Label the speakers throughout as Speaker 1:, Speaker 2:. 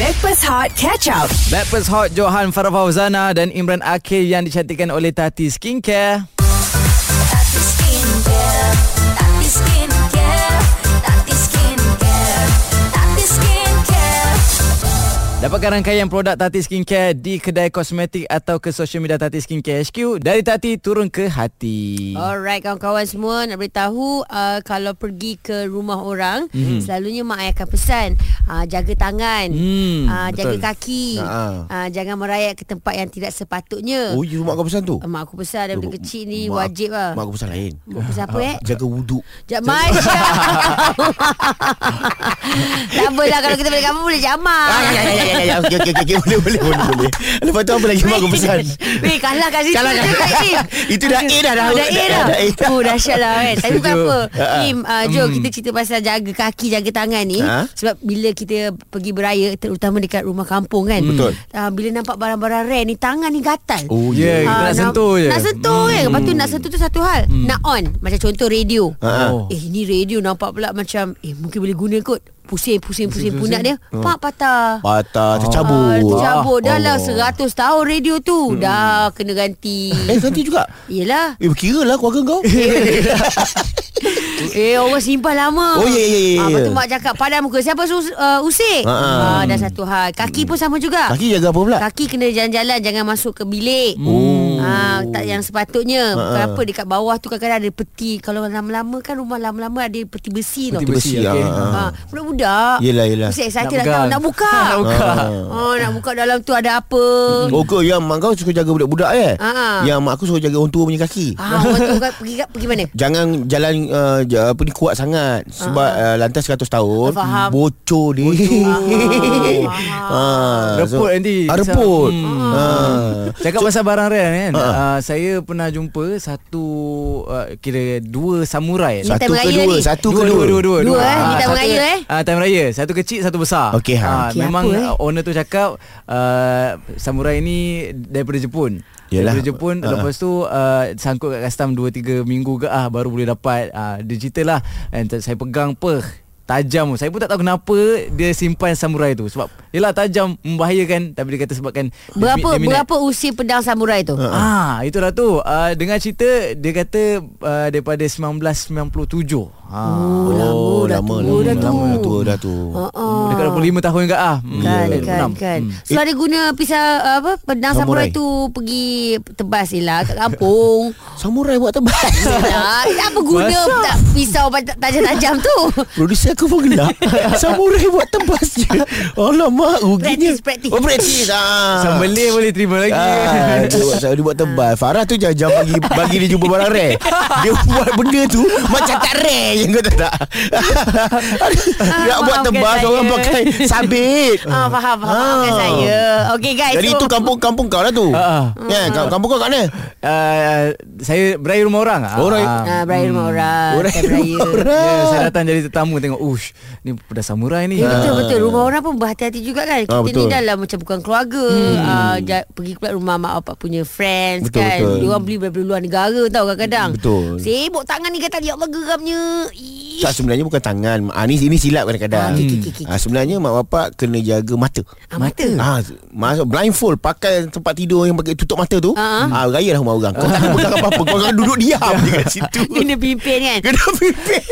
Speaker 1: Backpass Hot Catch Up.
Speaker 2: Backpers Hot Johan Farah Fauzana dan Imran Akhil yang dicantikkan oleh Tati Skincare.
Speaker 3: Tati Skincare, Tati Skincare, Tati Skincare, Tati Skincare.
Speaker 2: Dapatkan rangkaian produk Tati Skincare di kedai kosmetik atau ke social media Tati Skincare HQ dari Tati turun ke hati.
Speaker 4: Alright kawan-kawan semua nak beritahu uh, kalau pergi ke rumah orang mm.
Speaker 5: Mhm.
Speaker 4: selalunya mak ayah akan pesan uh, jaga tangan,
Speaker 2: Hmm,
Speaker 4: uh,
Speaker 5: betul.
Speaker 4: jaga kaki,
Speaker 5: Ha-ha.
Speaker 4: uh, jangan merayap ke tempat yang tidak sepatutnya.
Speaker 5: Oh, you mak kau pesan tu?
Speaker 4: Uh, mak aku pesan daripada
Speaker 5: Mak-
Speaker 4: Ha. kecil ni
Speaker 5: mak-
Speaker 4: wajib lah.
Speaker 5: Mak aku pesan lain.
Speaker 4: Mak pesan apa eh?
Speaker 5: Jaga wuduk.
Speaker 4: Jap Masya Tak apalah Kalau kita balik kampung Boleh jamak
Speaker 5: Ah, ya, ya, ya, ya, ya. Okey, okey, okey. Boleh, boleh, boleh, boleh. Lepas tu apa lagi mak aku pesan?
Speaker 4: Weh kalah kat situ
Speaker 5: Kalah,
Speaker 4: je
Speaker 5: kalah.
Speaker 4: Kak Im.
Speaker 5: Itu dah A dah, dah.
Speaker 4: Oh, dah A dah,
Speaker 5: Dah, dah A dah.
Speaker 4: Oh dahsyat lah kan Tapi bukan
Speaker 2: Setuju.
Speaker 4: apa Im uh, Jom kita cerita pasal Jaga kaki Jaga tangan ni
Speaker 5: Ha?
Speaker 4: Sebab bila kita Pergi beraya Terutama dekat rumah kampung kan
Speaker 5: Betul.
Speaker 4: uh, Bila nampak barang-barang rare ni Tangan ni gatal
Speaker 5: Oh,
Speaker 2: Yeah,
Speaker 5: ya.
Speaker 2: kita
Speaker 4: Ah,
Speaker 2: nak sentuh je.
Speaker 4: Nak sentuh hmm. kan Lepas tu nak sentuh tu satu hal hmm. Nak on Macam contoh radio
Speaker 5: Ah.
Speaker 2: Oh.
Speaker 4: Eh ni radio nampak pula macam Eh mungkin boleh guna kot Pusing pusing pusing,
Speaker 2: Pusing,
Speaker 4: punat dia Pak patah Ah,
Speaker 5: Patah, tercabut.
Speaker 4: Tercabut Dah lah
Speaker 5: Allah.
Speaker 4: seratus tahun radio tu Dah kena ganti
Speaker 5: Eh, nanti juga.
Speaker 4: Yelah
Speaker 5: Eh, kira lah keluarga kau.
Speaker 4: Ya. Eh orang simpan lama
Speaker 5: Oh, ya, ya, ya,
Speaker 4: Ah, Lepas tu
Speaker 5: ya.
Speaker 4: mak cakap Padan muka Siapa suruh uh, usik
Speaker 5: Ha, ha.
Speaker 4: ah, Dah satu hal Kaki pun sama juga
Speaker 5: Kaki jaga apa pula?
Speaker 4: Kaki kena jalan-jalan Jangan masuk ke bilik
Speaker 5: Oh. Ha,
Speaker 4: Ah, tak yang sepatutnya Bukan apa Dekat bawah tu kadang-kadang ada peti Kalau lama-lama kan Rumah lama-lama ada peti
Speaker 2: Peti
Speaker 4: besi tau
Speaker 2: Besi,
Speaker 5: Besi,
Speaker 2: okey.
Speaker 5: ah, ah.
Speaker 4: Ha, budak-budak
Speaker 5: Yelah, yelah. Ah.
Speaker 4: Mesti excited
Speaker 2: Nak
Speaker 4: dah tahu
Speaker 2: pegang.
Speaker 4: Nak buka
Speaker 2: Nak buka.
Speaker 4: ha. Nak buka dalam tu ada apa
Speaker 5: Oh kau yang mak kau suka jaga budak-budak eh
Speaker 4: Ah.
Speaker 5: Yang mak aku suka jaga orang tua punya kaki
Speaker 4: ha, Orang tu kan pergi, pergi mana
Speaker 5: Jangan jalan uh, j- apa ni kuat sangat sebab uh, lantas 100 tahun
Speaker 4: Faham.
Speaker 5: bocor dia.
Speaker 4: Faham,
Speaker 5: ha.
Speaker 2: Reput nanti.
Speaker 5: Ah, reput.
Speaker 2: Hmm.
Speaker 5: Ha.
Speaker 2: Cakap pasal barang rare kan.
Speaker 5: Ha.
Speaker 2: Uh, saya pernah jumpa satu uh, kira dua samurai.
Speaker 4: Ni time
Speaker 5: Satu ke
Speaker 4: raya
Speaker 5: dua,
Speaker 4: ni.
Speaker 5: satu
Speaker 2: dua,
Speaker 5: ke dua.
Speaker 2: Dua, dua,
Speaker 4: Dua, eh?
Speaker 2: Ah,
Speaker 4: Ni time
Speaker 2: satu-
Speaker 4: raya, eh?
Speaker 2: Ah, time raya. Satu kecil, satu besar.
Speaker 5: Okey, ha.
Speaker 2: Ah,
Speaker 4: Okey,
Speaker 2: memang
Speaker 4: apa, eh?
Speaker 2: ah, owner tu cakap uh, samurai ni daripada Jepun.
Speaker 5: Yelah.
Speaker 2: Daripada Jepun uh
Speaker 5: Ah.
Speaker 2: lepas tu uh, sangkut kat custom 2 3 minggu ke ah baru boleh dapat ah digital lah. And t- saya pegang per tajam tu. saya pun tak tahu kenapa dia simpan samurai tu sebab yelah tajam membahayakan tapi dia kata sebabkan dia
Speaker 4: Berapa
Speaker 2: mi- dia minat.
Speaker 4: berapa usia pedang samurai tu?
Speaker 5: Ha.
Speaker 2: Ah, itulah tu. Uh, dengar cerita dia kata uh, daripada 1997. Ha.
Speaker 4: Oh, lama dah
Speaker 5: lama,
Speaker 4: tua
Speaker 5: lama,
Speaker 4: dah tu.
Speaker 5: lama dah tua dah tu.
Speaker 4: Ha
Speaker 2: Oh. Dekat 25 tahun kat ah. Hmm.
Speaker 4: Kan,
Speaker 2: Eh,
Speaker 4: kan,
Speaker 2: enam.
Speaker 4: kan.
Speaker 2: Hmm.
Speaker 4: So ada guna pisau apa pedang
Speaker 5: Samurai.
Speaker 4: samurai, tu pergi tebas lah kat kampung.
Speaker 5: Samurai buat tebal.
Speaker 4: Yelah, apa guna
Speaker 2: Basah.
Speaker 4: tak pisau pat- tajam-tajam tu?
Speaker 5: Producer aku pun gelap Samurai buat tebas je Alamak ruginya
Speaker 4: Practice, practice.
Speaker 5: Oh praktis ah.
Speaker 2: Sambelin boleh terima lagi.
Speaker 5: Ah, dia, buat, dia buat tebal Farah tu jangan jangan bagi Bagi dia jumpa barang rare Dia buat benda tu Macam tak rare je Kau tak tak Nak buat
Speaker 4: maafkan
Speaker 5: tebal
Speaker 4: saya.
Speaker 5: Orang pakai sabit
Speaker 4: Ah, faham, faham, faham kan
Speaker 5: Ah.
Speaker 4: saya. Okey guys.
Speaker 5: Jadi
Speaker 4: so-
Speaker 5: itu kampung kampung kau lah tu
Speaker 2: Ah.
Speaker 5: Ya, kau- Kampung kau kat mana
Speaker 2: Uh, saya beraya rumah orang. ah.
Speaker 5: Oh, raya-
Speaker 2: Ah.
Speaker 4: Ah, beraya rumah orang.
Speaker 5: Orang
Speaker 4: tak beraya.
Speaker 2: Ya, saya
Speaker 5: Orang
Speaker 2: datang jadi tetamu tengok, ush, ni pedas samurai ni. Ah.
Speaker 4: Ya betul betul rumah orang pun berhati-hati juga kan. Kita
Speaker 5: Ah,
Speaker 4: ni
Speaker 5: betul.
Speaker 4: dah lah macam bukan keluarga. Hmm. Uh, ja, pergi pula rumah mak bapak punya friends
Speaker 5: Betul,
Speaker 4: kan.
Speaker 5: betul.
Speaker 4: Dia orang beli daripada luar negara tau kadang-kadang.
Speaker 5: Betul.
Speaker 4: Sibuk tangan ni kata ya Allah geramnya. Ih.
Speaker 5: tak sebenarnya bukan tangan ah, ni, ini silap kadang-kadang
Speaker 4: Ah, okey, okey, okey,
Speaker 5: ah, Sebenarnya mak bapak Kena jaga mata
Speaker 4: Ah, mata.
Speaker 5: Ah, masuk blindfold pakai tempat tidur yang pakai tutup mata tu.
Speaker 4: Ah.
Speaker 5: Uh-huh. Ah, rayalah rumah orang. Kau takkan pegang apa-apa. Kau akan duduk diam je kat situ.
Speaker 4: Kena pimpin kan
Speaker 5: Kena pimpin.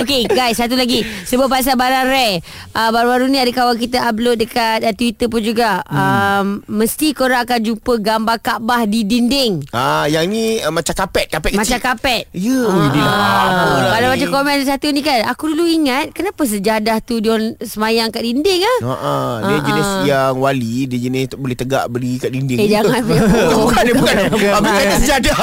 Speaker 4: Okay guys Satu lagi Sebab pasal barang rare uh, Baru-baru ni ada kawan kita Upload dekat uh, Twitter pun juga
Speaker 5: Hmm.
Speaker 4: um, Mesti korang akan jumpa Gambar Kaabah di dinding
Speaker 5: Ah, yang ni uh, macam kapet, kapet
Speaker 4: Macam
Speaker 5: kecil.
Speaker 4: kapet
Speaker 5: Ya, ui, dia dah lama
Speaker 4: Ah,
Speaker 5: lah
Speaker 4: Kalau
Speaker 5: ni.
Speaker 4: macam komen ada satu ni kan Aku dulu ingat Kenapa sejadah tu Dia orang semayang kat dinding ah?
Speaker 5: Ha ah, dia
Speaker 4: Ah,
Speaker 5: jenis
Speaker 4: ah.
Speaker 5: yang wali, dia jenis tak boleh tegak beri kat dinding.
Speaker 4: Eh, jangan.
Speaker 5: bukan, dia bukan.
Speaker 2: Bukan.
Speaker 5: Aku kata sejadah.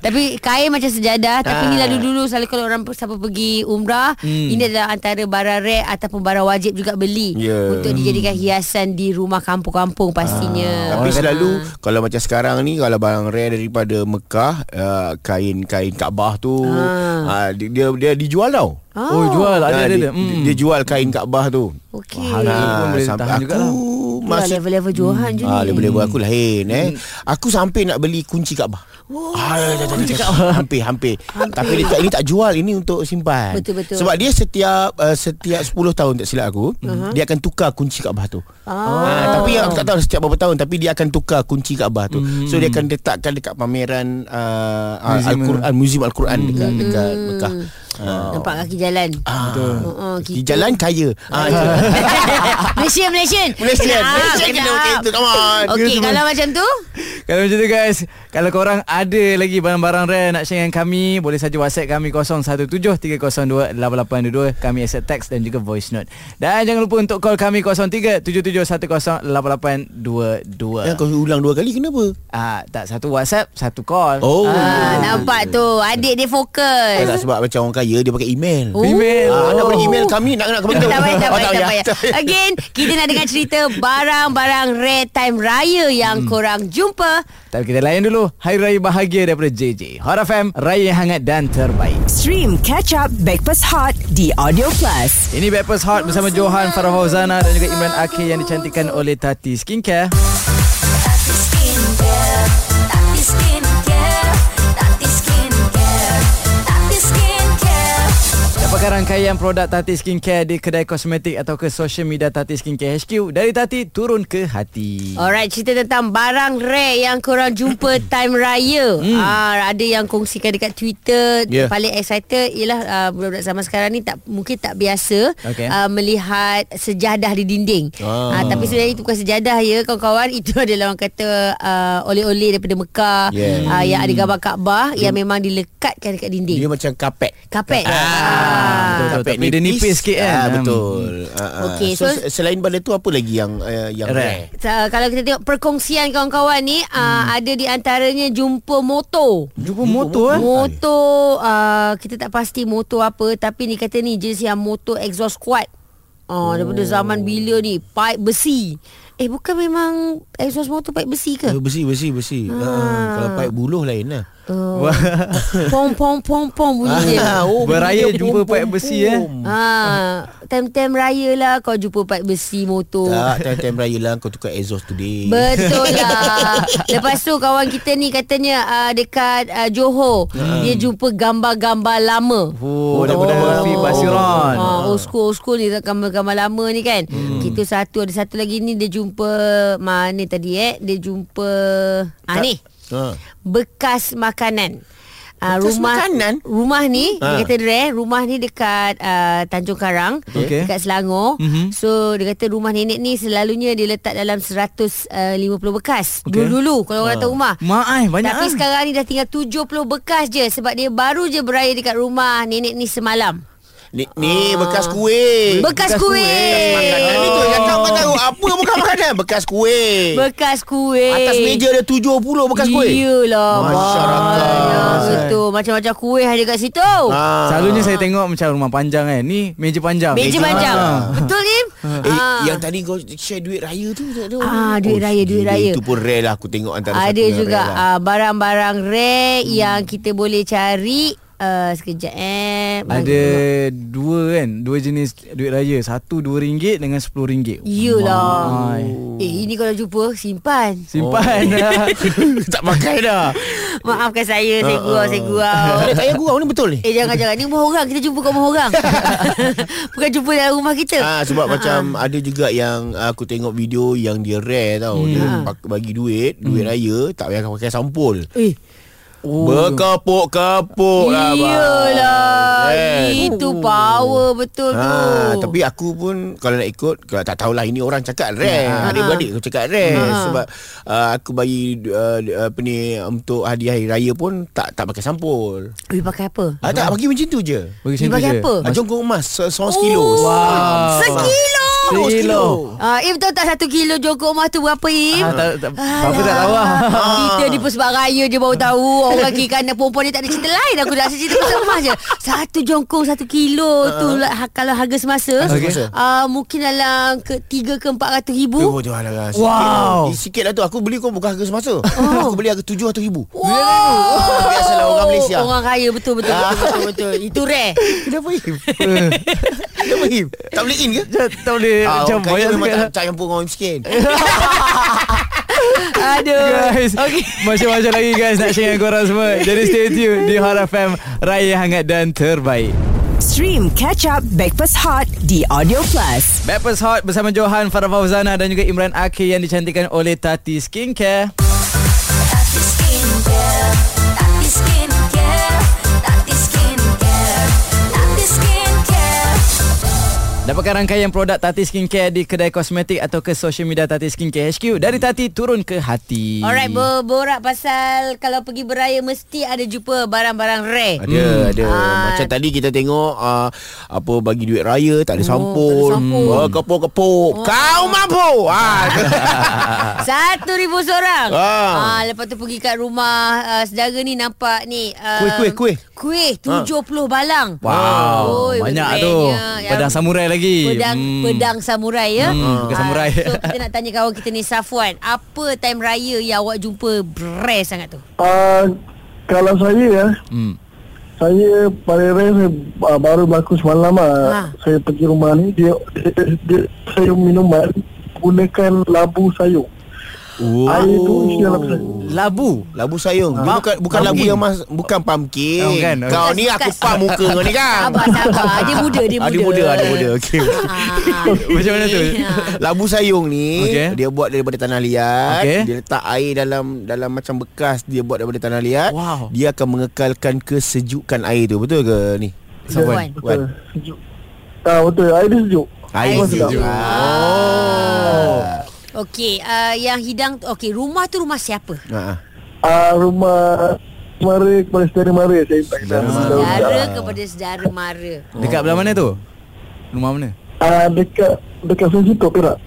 Speaker 4: Tapi kain macam sejadah Tapi ni
Speaker 5: Ah. Hmm.
Speaker 4: lalu dulu Selalu kalau orang Siapa pergi umrah Ini adalah antara barang rare Ataupun barang wajib juga beli
Speaker 5: Ya.
Speaker 4: Untuk dijadikan hiasan Di rumah kampung-kampung pastinya
Speaker 5: Tapi selalu kalau macam sekarang ni kalau barang rare daripada Mekah, uh, kain-kain Kaabah tu ah. dia, dia dia dijual tau.
Speaker 4: Ah.
Speaker 2: Oh, jual. Ada,
Speaker 5: Ah,
Speaker 2: ada, ada.
Speaker 5: dia,
Speaker 2: Hmm.
Speaker 5: dia jual kain Kaabah tu. Ah,
Speaker 4: Okey.
Speaker 2: Wah, Itu pun boleh
Speaker 5: sampai
Speaker 2: tahan
Speaker 5: aku
Speaker 2: jugalah.
Speaker 4: Akulah
Speaker 5: Maksud-
Speaker 4: level-level Johan je
Speaker 5: Ah,
Speaker 4: ni
Speaker 5: level-level aku lain eh. Aku sampai nak beli kunci Kaabah. Wow. Ah, dah, dah, dah, dah. Hampir, hampir. Tapi dia tak ini tak jual, ini untuk simpan.
Speaker 4: Betul, betul.
Speaker 5: Sebab dia setiap uh, setiap 10 tahun tak silap aku, uh-huh. dia akan tukar kunci Kaabah tu. Ah, tapi yang aku tak tahu setiap berapa tahun tapi dia akan tukar kunci Kaabah tu. So dia akan letakkan dekat pameran uh, ah,
Speaker 2: Museum.
Speaker 5: Al-Quran, muzium Al-Quran dekat dekat Mekah. Hmm. Ah.
Speaker 4: Nampak kaki jalan
Speaker 5: Ah.
Speaker 4: Betul uh,
Speaker 5: Di jalan kaya. Ah, itu.
Speaker 4: Malaysia Malaysia
Speaker 5: Malaysia, Malaysia kena macam tu. ah, Come on.
Speaker 4: Ah, Okey kalau macam tu
Speaker 2: Kalau macam tu guys Kalau korang ada lagi Barang-barang rare Nak share dengan kami Boleh saja whatsapp kami 0173028822 Kami accept text Dan juga voice note Dan jangan lupa untuk call kami 0377108822
Speaker 5: Ya, kau ulang dua kali kenapa?
Speaker 2: Ah, tak satu WhatsApp, satu call.
Speaker 5: Oh.
Speaker 4: ah, Nampak tu Adik dia
Speaker 5: Tak,
Speaker 4: fokus
Speaker 5: tak sebab macam orang kaya dia pakai email.
Speaker 4: Oh.
Speaker 2: Email.
Speaker 5: Ah, anda
Speaker 2: Oh.
Speaker 5: beri email kami nak nak ke benda?
Speaker 4: Tak payah, tak
Speaker 5: Oh,
Speaker 4: payah, tak payah.
Speaker 5: Tak payah.
Speaker 4: Again, kita nak dengar cerita barang-barang rare time raya yang korang jumpa.
Speaker 2: Tapi kita layan dulu Hari Raya Bahagia daripada JJ Hot FM Raya yang hangat dan terbaik
Speaker 1: Stream Catch Up Backpass Hot di Audio Plus.
Speaker 2: Ini Breakfast Hot bersama Johan Farah Fauzana Dan juga Imran Akhil yang dicantikkan oleh Tati Skincare
Speaker 3: Tati skincare, Tati skincare, Tati skincare, Tati skincare.
Speaker 2: Dapatkan rangkaian produk Tati Skincare Di kedai kosmetik atau ke social media Tati Skincare HQ Dari Tati turun ke hati
Speaker 4: Alright, cerita tentang barang rare yang korang jumpa time raya. Ah, ada yang kongsikan dekat Twitter.
Speaker 5: Yeah.
Speaker 4: Paling excited ialah ah, budak-budak zaman sekarang ni tak mungkin tak biasa
Speaker 2: Okay.
Speaker 4: ah, melihat sejadah di dinding. Ah.
Speaker 5: Ah.
Speaker 4: tapi sebenarnya itu bukan sejadah ya kawan-kawan. Itu adalah orang kata ah, oleh-oleh daripada Mekah
Speaker 5: Yeah.
Speaker 4: ah, yang ada gambar Kaabah yang memang dilekatkan dekat dinding.
Speaker 5: Dia macam kapek.
Speaker 4: Kapet.
Speaker 2: betul,
Speaker 4: Ah.
Speaker 2: betul. Tapi dia nipis sikit kan?
Speaker 5: Ah, betul. Ah, ah.
Speaker 4: Okey,
Speaker 5: so,
Speaker 4: Hmm. so-
Speaker 5: se- selain pada tu apa lagi yang uh, yang
Speaker 2: Rare.
Speaker 5: rare?
Speaker 4: So, kalau kita tengok perkongsian kawan-kawan ni hmm. uh, ada di antaranya jumpa motor.
Speaker 2: Jumpa motor eh
Speaker 4: Motor uh, kita tak pasti motor apa tapi ni kata ni jenis yang motor exhaust kuat. Ah oh. daripada zaman bila ni pipe besi. Eh bukan memang exhaust motor pipe besi ke?
Speaker 5: Eh, Besi, besi, besi. Ah. kalau paip buluh lain lah.
Speaker 4: Oh. pom pom pom pom bunyi dia.
Speaker 5: Ah, oh,
Speaker 2: Beraya
Speaker 5: benda
Speaker 2: jumpa
Speaker 5: pom-pom-pom.
Speaker 2: paip besi, eh.
Speaker 4: Ha, time-time raya lah kau jumpa pipe besi motor.
Speaker 5: Tak, time-time raya lah kau tukar exhaust today.
Speaker 4: Betul lah Lepas tu kawan kita ni katanya uh, Dekat uh, Johor hmm. Dia jumpa gambar-gambar lama
Speaker 2: Oh, daripada
Speaker 5: Oh.
Speaker 2: Rafi Basiran
Speaker 4: Ah, old school old school ni gambar-gambar lama ni kan. Hmm. Kita satu ada satu lagi ni dia jumpa mana tadi eh? Dia jumpa ah ni
Speaker 5: Ha.
Speaker 4: bekas makanan. Uh,
Speaker 5: Bekas
Speaker 4: rumah
Speaker 5: makanan?
Speaker 4: rumah ni ha. dia
Speaker 5: Ah.
Speaker 4: kata dia eh, rumah ni dekat uh, Tanjung Karang
Speaker 2: Okey.
Speaker 4: okay. dekat Selangor
Speaker 2: Mhm.
Speaker 4: mm-hmm. so dia kata rumah nenek ni selalunya dia letak dalam 150 bekas
Speaker 2: Okey.
Speaker 4: okay. dulu-dulu kalau orang datang rumah
Speaker 2: Mak ai banyak
Speaker 4: tapi
Speaker 2: ah.
Speaker 4: sekarang ni dah tinggal 70 bekas je sebab dia baru je beraya dekat rumah nenek ni semalam
Speaker 5: Ni, ni bekas Eh, kuih.
Speaker 2: Bekas
Speaker 4: Bekas kuih. Oh.
Speaker 5: Makanan ni tu cakap kau tahu apa bukan makanan bekas kuih.
Speaker 4: Bekas kuih.
Speaker 5: Atas meja dia 70 bekas kuih.
Speaker 4: Iyalah.
Speaker 5: Masyarakat.
Speaker 4: banyak Betul. Macam-macam kuih ada kat situ.
Speaker 5: Ah.
Speaker 2: Selalunya saya tengok macam rumah panjang kan Ni meja panjang Ah.
Speaker 4: Meja panjang. Betul Im?
Speaker 5: Eh, yang tadi kau share duit raya tu tak ada
Speaker 4: Ah,
Speaker 5: orang. Oh,
Speaker 4: duit raya, duit
Speaker 5: gila,
Speaker 4: raya.
Speaker 5: Itu pun rare lah aku tengok antara satu
Speaker 4: Ada
Speaker 5: yang Hmm.
Speaker 4: juga
Speaker 5: rare lah.
Speaker 4: ah, barang-barang rare yang kita boleh cari. Uh, sekejap eh.
Speaker 2: Ada dua kan Dua jenis duit raya Satu dua ringgit dengan sepuluh ringgit
Speaker 4: Iyalah.
Speaker 2: Mai.
Speaker 4: Eh, ini kalau jumpa, simpan.
Speaker 2: Simpan
Speaker 4: Oh.
Speaker 5: lah. tak pakai dah.
Speaker 4: Maafkan saya,
Speaker 5: Ah,
Speaker 4: saya gurau, saya gurau.
Speaker 5: Ada tak payah Ah. gurau ni betul ni.
Speaker 4: Eh, jangan-jangan. Ni rumah orang. Kita jumpa kat rumah orang. Bukan jumpa dalam rumah kita.
Speaker 5: Ah sebab macam ada juga yang ah, aku tengok video yang dia rare
Speaker 4: Ya.
Speaker 5: tau. Dia pak- bagi duit, duit raya tak payah pakai sampul.
Speaker 4: Hmm. Eh,
Speaker 5: Berkapuk-kapuk lah. abang.
Speaker 4: Iyalah
Speaker 5: Kan?
Speaker 4: Itu power betul tu
Speaker 5: Ha, tapi aku pun kalau nak ikut kalau tak tahulah ini orang cakap rare.
Speaker 2: Ah.
Speaker 5: Ha. Adik-beradik aku cakap rare ha. sebab uh, aku bagi uh, apa ni untuk hadiah hari raya pun tak tak pakai sampul.
Speaker 4: Ui pakai apa?
Speaker 5: Ha, tak bagi macam tu je.
Speaker 2: Ah, Bagi Oh,
Speaker 4: Dia pakai apa?
Speaker 5: Ha, jongkong emas se- seorang kilo.
Speaker 2: Wow.
Speaker 4: Sekilo
Speaker 5: Seorang
Speaker 2: Sekilo.
Speaker 4: Oh,
Speaker 2: Oh.
Speaker 4: Ah, Im tahu tak satu kilo jongkok rumah tu berapa Im? Ah,
Speaker 2: Ah, tak, tak, apa tak tahu lah
Speaker 4: Kita ni pun sebab raya je baru tahu Orang kiri kanan perempuan ni tak ada cerita lain Aku dah rasa cerita pasal rumah je Satu jongkong satu kilo tu lah, ha- Kalau harga semasa
Speaker 5: Ah. Harga semasa.
Speaker 4: ah, Mungkin dalam ke, tiga ke empat ratus ribu
Speaker 5: Oh, Tuhan lah.
Speaker 2: Wow. Oh.
Speaker 5: Sikit, sikit lah tu. Aku beli kau bukan harga semasa. Aku beli harga tujuh atau ribu.
Speaker 4: Wow.
Speaker 5: lah, Biasalah orang Malaysia.
Speaker 4: Orang kaya betul-betul
Speaker 5: Ah,
Speaker 4: betul, betul, betul. Itu rare
Speaker 5: Kenapa Im? Kenapa Im? Tak boleh in ke?
Speaker 2: Jat, tak boleh
Speaker 5: Ah,
Speaker 2: macam
Speaker 5: orang kaya
Speaker 2: banyak
Speaker 5: memang
Speaker 2: sangat
Speaker 5: tak,
Speaker 2: lah.
Speaker 5: tak campur dengan orang miskin
Speaker 4: Aduh.
Speaker 2: Guys
Speaker 4: Okey.
Speaker 2: Macam-macam lagi guys Nak share dengan korang semua Jadi stay tune Di Hot FM Raya hangat dan terbaik
Speaker 1: Stream Catch Up Backpass Hot di Audio Plus.
Speaker 2: Backpast Hot bersama Johan Farah Fauzana Dan juga Imran Akhil Yang dicantikkan oleh Tati Skincare
Speaker 3: Tati Skincare, Tati Skincare, Tati Skincare, Tati Skincare.
Speaker 2: Dapatkan rangkaian produk Tati Skincare Di kedai kosmetik Atau ke social media Tati Skincare HQ Dari Tati turun ke hati
Speaker 4: Alright, berborak pasal kalau pergi beraya mesti ada jumpa barang-barang rare.
Speaker 5: Ada hmm. ada
Speaker 4: Ah.
Speaker 5: Macam tadi kita tengok uh, Apa bagi duit raya Tak ada
Speaker 4: tak
Speaker 5: sampul
Speaker 4: ada sampul.
Speaker 5: oh, Kepuk-kepuk Kau mampu ah.
Speaker 4: Satu ribu seorang ah.
Speaker 5: Ah.
Speaker 4: Lepas tu pergi kat rumah uh, Sedara ni nampak ni uh,
Speaker 5: Kuih, kuih, kuih.
Speaker 4: Kuih tujuh puluh balang
Speaker 2: Wow
Speaker 4: Oi,
Speaker 2: Banyak
Speaker 4: benda
Speaker 2: tu
Speaker 4: kerennya. Yang
Speaker 2: Pedang samurai lagi
Speaker 4: Pedang hmm. pedang samurai ya.
Speaker 2: Hmm, bukan
Speaker 4: Ah,
Speaker 2: samurai.
Speaker 4: So kita nak tanya kawan kita ni Safwan, apa time raya yang awak jumpa rare sangat tu?
Speaker 6: Uh, kalau saya ya,
Speaker 2: Hmm.
Speaker 6: saya paling rare saya, uh, baru berlaku semalam lah.
Speaker 4: Ha.
Speaker 6: Ha. Saya pergi rumah ni dia, dia, dia saya minuman gunakan labu sayur.
Speaker 5: Oh.
Speaker 6: Air tu isi labu sayur.
Speaker 2: Labu
Speaker 5: Labu sayung Dia Bukan bukan labu yang mas Bukan pumpkin
Speaker 2: Oh, bukan.
Speaker 4: Bukan,
Speaker 5: Kau ni aku
Speaker 4: bukan.
Speaker 5: pak muka kau ni kan
Speaker 4: Sabar sabar, dia muda dia muda.
Speaker 5: Ada muda Ada muda okay.
Speaker 4: Ah,
Speaker 2: Macam mana tu
Speaker 4: ah.
Speaker 5: Labu sayung
Speaker 2: Okey.
Speaker 5: ni okay. Dia buat daripada tanah liat
Speaker 2: Okey.
Speaker 5: okay. Dia letak air dalam Dalam macam bekas Dia buat daripada tanah liat
Speaker 2: Wow.
Speaker 5: Dia akan mengekalkan Kesejukan air tu Betul ke ni?
Speaker 2: Sawan.
Speaker 4: Sawan.
Speaker 6: Betul, sejuk. Ah, betul, air dia sejuk.
Speaker 5: Air Ah.
Speaker 4: Air
Speaker 5: sejuk
Speaker 6: sejuk.
Speaker 5: Oh
Speaker 4: Okey, uh, yang hidang okey, rumah tu rumah siapa?
Speaker 5: Ha.
Speaker 6: Ah, rumah mara kepada saudara mara saya tak kenal.
Speaker 4: Saudara kepada saudara mara.
Speaker 2: Dekat belah mana tu? Rumah mana?
Speaker 6: Ah, dekat dekat Sensito Perak.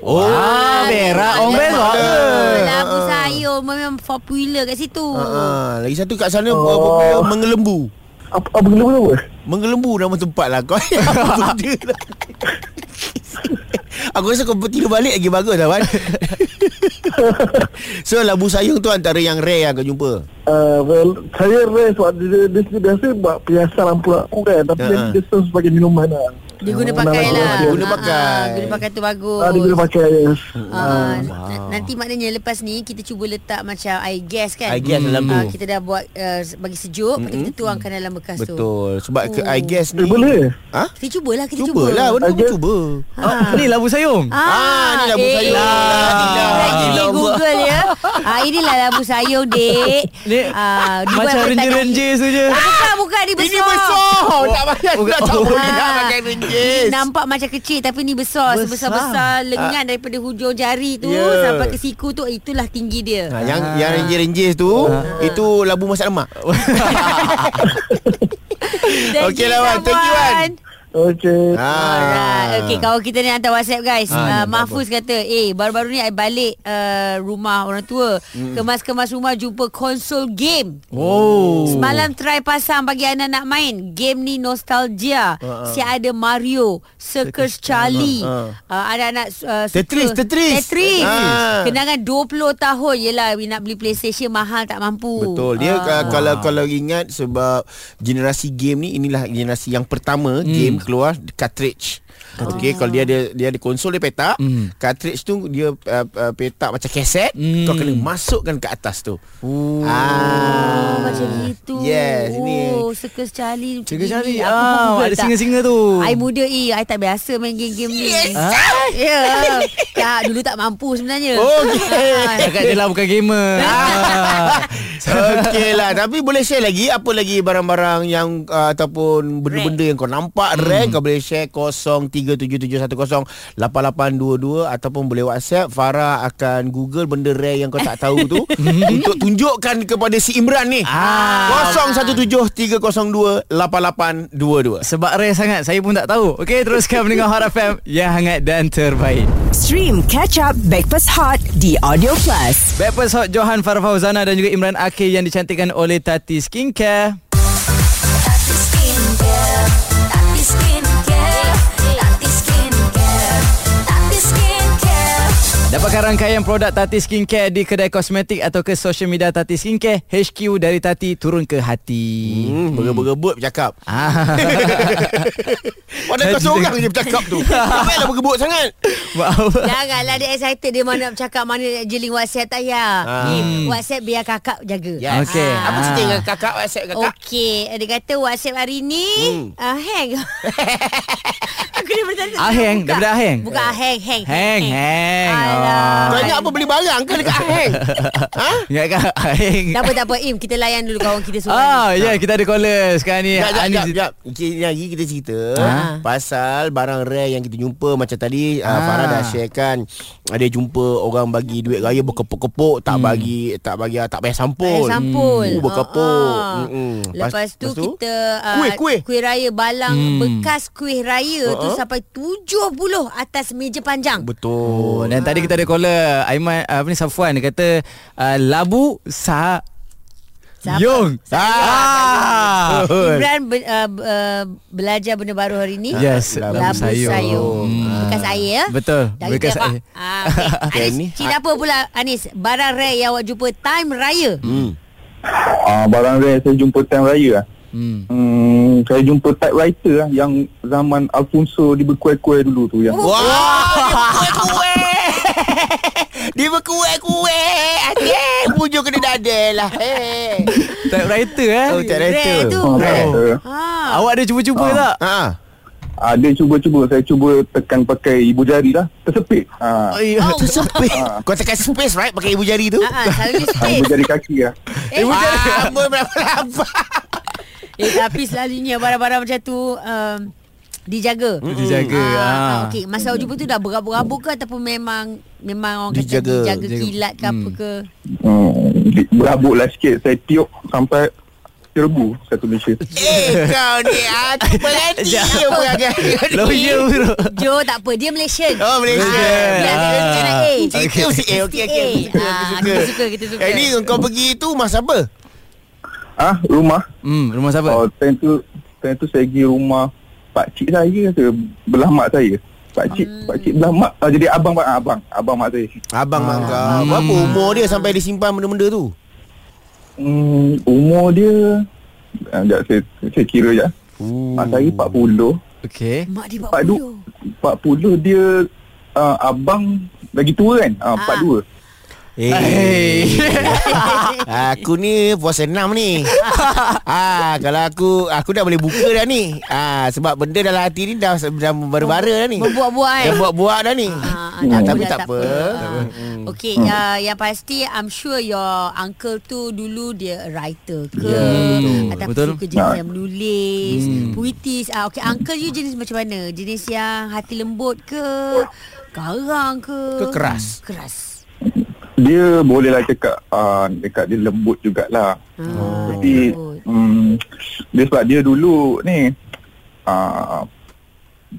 Speaker 2: Oh, ah, berak orang berak ke?
Speaker 4: Labu sayur memang popular kat situ.
Speaker 5: Ah, lagi satu kat sana oh. mengelembu.
Speaker 6: Apa apa gila apa?
Speaker 5: Mengelembu nama tempat lah kau. Apa benda lah. Aku rasa kau tidur balik lagi bagus lah Wan So labu sayung tu antara yang rare yang kau jumpa
Speaker 6: Uh, well, saya rare sebab dia, dia, dia biasa buat perhiasan lampu-lampu kan
Speaker 5: Ha,
Speaker 6: Tapi
Speaker 5: ha.
Speaker 6: uh-huh. dia serve sebagai minuman lah
Speaker 4: Dia guna pakai
Speaker 6: Menang-
Speaker 4: lah.
Speaker 5: dia guna pakai.
Speaker 4: Ah, guna pakai tu bagus.
Speaker 6: Ah, dia guna pakai yes.
Speaker 4: Ah, n- nanti maknanya lepas ni kita cuba letak macam air gas kan.
Speaker 5: Air gas dalam tu.
Speaker 4: Ah, kita dah buat uh, bagi sejuk, mm kita tuangkan dalam bekas tu.
Speaker 5: Betul Sebab ke
Speaker 4: Oh.
Speaker 5: I guess ni
Speaker 6: Eh, boleh?
Speaker 5: Ha?
Speaker 4: Kita cubalah, kita cuba.
Speaker 5: Cubalah Benda
Speaker 6: I
Speaker 5: aku
Speaker 6: guess-
Speaker 5: cuba
Speaker 2: Ah. Ni labu sayung.
Speaker 5: Ah, ni labu
Speaker 4: eh,
Speaker 5: sayur.
Speaker 4: eh,
Speaker 5: Ah. Alhamdulillah.
Speaker 4: Alhamdulillah. Kita
Speaker 5: Alhamdulillah.
Speaker 4: Google ya. Ah, inilah labu sayur, Dek.
Speaker 2: Ni
Speaker 4: Ah, dibuat
Speaker 2: macam
Speaker 4: apa tak
Speaker 2: renje-renje saja.
Speaker 4: Ah, Bukan, bukan. Ini besar.
Speaker 5: Ini besar oh. Tak payah
Speaker 2: Oh,
Speaker 5: Nak
Speaker 2: oh.
Speaker 5: tak boleh
Speaker 4: Ah.
Speaker 5: nak pakai
Speaker 4: Ini
Speaker 5: ringgit
Speaker 4: nampak macam kecil tapi ni besar.
Speaker 2: Besar.
Speaker 4: Sebesar-besar lengan daripada hujung jari tu
Speaker 5: Ah. Ya.
Speaker 4: sampai ke siku tu itulah tinggi dia.
Speaker 5: Ha, yang yang ringgit-ringgit tu Itu labu masak lemak
Speaker 4: Thank
Speaker 5: Okey
Speaker 4: you,
Speaker 5: lah, Wan. Thank you, Ah. Wan.
Speaker 4: Wan.
Speaker 6: Okay
Speaker 4: Alright. Okey, kawan kita ni hantar WhatsApp guys. Ah, uh,
Speaker 5: Ah, ya,
Speaker 4: Mahfuz kata, "Eh, baru-baru ni I balik uh, rumah orang tua. Kemas-kemas rumah jumpa konsol game.
Speaker 2: Oh.
Speaker 4: Semalam try pasang bagi anak nak main. Game ni nostalgia. Uh, Siap ada Mario, Circus Charlie. Uh, uh, anak-anak uh, suka-
Speaker 5: Tetris, Tetris.
Speaker 4: Tetris.
Speaker 5: Ah.
Speaker 4: Kenangan 20 tahun yelah we nak beli PlayStation mahal tak mampu. Ah.
Speaker 5: Betul. Dia uh, kalau kalau ingat sebab generasi game ni inilah generasi yang pertama hmm. game keluar cartridge. Okey kalau dia ada dia ada konsol dia petak,
Speaker 2: Hmm.
Speaker 5: hmm. cartridge tu dia uh, uh, petak macam kaset,
Speaker 2: Hmm.
Speaker 5: hmm. kau kena masukkan ke atas tu.
Speaker 2: Ooh.
Speaker 4: Oh,
Speaker 5: Ah
Speaker 4: macam gitu.
Speaker 5: Yes, ini.
Speaker 4: Oh, circus Charlie. macam
Speaker 2: Circus
Speaker 4: gini.
Speaker 2: Charlie.
Speaker 4: Aku pun
Speaker 2: Ah,
Speaker 4: Google
Speaker 2: ada
Speaker 4: tak.
Speaker 2: singa-singa tu.
Speaker 4: I muda eh, I tak biasa main game-game ni. Yes.
Speaker 2: Ah,
Speaker 4: Ya. tak, dulu tak mampu sebenarnya. Ha.
Speaker 5: Okey.
Speaker 2: cakap dia lah bukan gamer. Ah.
Speaker 5: Okey lah Tapi boleh share lagi Apa lagi barang-barang yang uh, Ataupun benda-benda yang kau nampak hmm. Rare kau boleh share 0377108822 Ataupun boleh whatsapp Farah akan google benda rare yang kau tak tahu tu Untuk tunjukkan kepada si Imran ni ah. 0173028822
Speaker 2: Sebab rare sangat Saya pun tak tahu Okay teruskan mendengar Hot FM Yang hangat dan terbaik
Speaker 1: Stream Catch Up Backpass Hot di Audio Plus.
Speaker 2: Backpast Hot Johan Farah Fauzana Dan juga Imran Akhil Yang dicantikkan oleh Tati Skincare
Speaker 3: Tati Skincare, Tati Skincare, Tati Skincare, Tati Skincare.
Speaker 2: Dapatkan rangkaian produk Tati Skincare di kedai kosmetik atau ke social media Tati Skincare HQ dari Tati turun ke hati.
Speaker 5: Hmm, bergebut-gebut bercakap.
Speaker 2: Ah.
Speaker 5: Padahal kau seorang je bercakap tu. Kenapa dah bergebut sangat?
Speaker 2: Maaf.
Speaker 4: Janganlah dia excited Dia mana nak bercakap Mana nak jeling whatsapp tak ya hmm. Whatsapp biar kakak jaga Ha.
Speaker 5: Yes.
Speaker 2: Okey.
Speaker 5: Apa
Speaker 2: Ah.
Speaker 5: cerita dengan kakak WhatsApp kakak?
Speaker 4: Okey Dia kata whatsapp hari ni hmm. uh, Hang Aku dia bertanya
Speaker 2: Aheng,
Speaker 4: Buka.
Speaker 2: Ah, daripada Aheng.
Speaker 4: Bukan aheng Hang
Speaker 2: Heng, heng. Oh.
Speaker 4: Alah.
Speaker 5: Tanya apa beli barang ke dekat Aheng? ha?
Speaker 2: Ingat kan Aheng?
Speaker 4: Tak apa tak apa Im kita layan dulu kawan kita semua
Speaker 2: Ah, ya yeah, kita ada caller sekarang ni.
Speaker 5: Jap, jap,
Speaker 2: Anis-
Speaker 5: jap, jap. Kita lagi kita cerita pasal barang rare yang kita jumpa macam tadi Ha? ah.
Speaker 2: Ah.
Speaker 5: Farah dah sharekan ada jumpa orang bagi duit raya berkepuk-kepuk tak bagi tak bagi tak payah
Speaker 4: Air
Speaker 5: sampul.
Speaker 4: sampul
Speaker 5: Hmm. Oh, berkepuk.
Speaker 4: Ah, ah.
Speaker 5: Mm-mm.
Speaker 4: Lepas, tu, kita ah,
Speaker 5: Kuih, kuih.
Speaker 4: Kuih raya Balang
Speaker 2: Hmm.
Speaker 4: Bekas kuih raya tu
Speaker 5: Uh-uh.
Speaker 4: Sampai 70 atas meja panjang
Speaker 2: Oh,
Speaker 5: Betul.
Speaker 2: dan tadi kita ada caller Aiman ah, apa ni Safwan dia kata uh, labu sa
Speaker 4: Siapa?
Speaker 2: Yung. Ah.
Speaker 4: Imran be, uh, be- uh, belajar benda baru hari ni
Speaker 2: Yes,
Speaker 4: Labu,
Speaker 2: labu sayur.
Speaker 4: sayur,
Speaker 2: Hmm.
Speaker 4: Bekas air ya
Speaker 2: Betul,
Speaker 4: Dari
Speaker 2: bekas
Speaker 4: bekas air
Speaker 2: air.
Speaker 4: ah, okay.
Speaker 5: Yang ni,
Speaker 4: Anis cerita apa pula Anis Barang rare yang awak jumpa Time raya
Speaker 5: Hmm.
Speaker 6: Ah, barang rare saya jumpa time raya lah.
Speaker 2: Hmm.
Speaker 6: Hmm, saya jumpa typewriter lah yang zaman Alfonso di berkuai-kuai dulu tu
Speaker 4: Oh,
Speaker 6: yang.
Speaker 5: Wah, dia berkuih-kuih. dia berkuih-kuih. Adik, pujuk kena dada lah. Hey.
Speaker 2: Typewriter eh.
Speaker 5: Oh,
Speaker 4: Rare tu
Speaker 5: typewriter.
Speaker 6: Ah,
Speaker 5: Rare.
Speaker 6: typewriter.
Speaker 4: ha.
Speaker 2: Awak ada cuba-cuba tak?
Speaker 5: Ha.
Speaker 6: Ah, dia cuba-cuba saya cuba tekan pakai ibu jari lah tersepit. Ah,
Speaker 4: Oh.
Speaker 5: Tu space. Kau tekan space right pakai ibu jari tu.
Speaker 4: Ah, ah, selalunya
Speaker 6: ah, ibu
Speaker 4: space
Speaker 6: jari kaki lah.
Speaker 4: eh,
Speaker 5: Ibu jari.
Speaker 4: ah.
Speaker 5: Amboi berapa lama?
Speaker 4: eh, Tapi selalunya barang-barang macam tu um, Dijaga
Speaker 2: Dijaga.
Speaker 4: Ah,
Speaker 2: Ah.
Speaker 4: Okey, masa awak jumpa tu dah berabuk-abuk ke ataupun memang memang orang
Speaker 5: Dijaga.
Speaker 4: kata dijaga
Speaker 2: Jaga.
Speaker 4: kilat ke apa ke?
Speaker 6: Hmm, di- berabuk lah sikit saya tiup sampai serbu satu Malaysia.
Speaker 5: Eh kau ni Aku berhenti
Speaker 2: Jap.
Speaker 5: Kau perangai
Speaker 2: Lawyer bro.
Speaker 4: Jo tak apa, dia Malaysian.
Speaker 5: Oh Malaysia
Speaker 2: Malaysia.
Speaker 4: Ah.
Speaker 5: Cerita
Speaker 2: Okey.
Speaker 5: mesti A Okey okey
Speaker 4: Mesti A. Ah, kita
Speaker 5: Aku suka Aku suka
Speaker 4: suka, kita suka.
Speaker 5: Eh, Ni kau pergi tu masa apa?
Speaker 6: Ah, rumah.
Speaker 2: Hmm, rumah siapa?
Speaker 6: Oh, time tu time tu saya pergi rumah pak cik saya ke belah mak saya. Pak cik, pak cik belah mak ah, jadi abang ah, abang, abang mak saya.
Speaker 5: Abang mak kau Berapa umur dia sampai dia simpan benda-benda tu?
Speaker 6: Hmm, umur dia ah, jap, saya, saya kira je. Mak saya 40
Speaker 2: Okey.
Speaker 4: Mak dia buat
Speaker 6: Pak Du
Speaker 4: bodoh.
Speaker 6: 40 dia uh, abang lagi tua kan? Ah,
Speaker 4: Ah.
Speaker 6: 42.
Speaker 5: Eh Aku ni puasa enam ni ah, Kalau aku Aku dah boleh buka dah ni ah, Sebab benda dalam hati ni Dah, dah berbara dah ni
Speaker 4: Membuat-buat eh.
Speaker 5: Dah buat-buat dah ni
Speaker 4: Ah,
Speaker 5: Ah,
Speaker 4: tak
Speaker 5: Tapi
Speaker 4: dah,
Speaker 5: tak apa
Speaker 4: Ah. Okay, uh, yang pasti I'm sure your uncle tu dulu dia writer ke
Speaker 2: Yeah, betul.
Speaker 4: ataupun Ya, betul. suka jenis yang menulis, puitis. Ah, okay, uncle you jenis macam mana? Jenis yang hati lembut ke? Garang ke?
Speaker 5: Ke keras?
Speaker 4: Keras.
Speaker 6: Dia bolehlah cakap uh, dekat dia lembut jugalah.
Speaker 4: Ah,
Speaker 6: Tapi
Speaker 4: lembut.
Speaker 6: um, dia sebab dia dulu ni uh,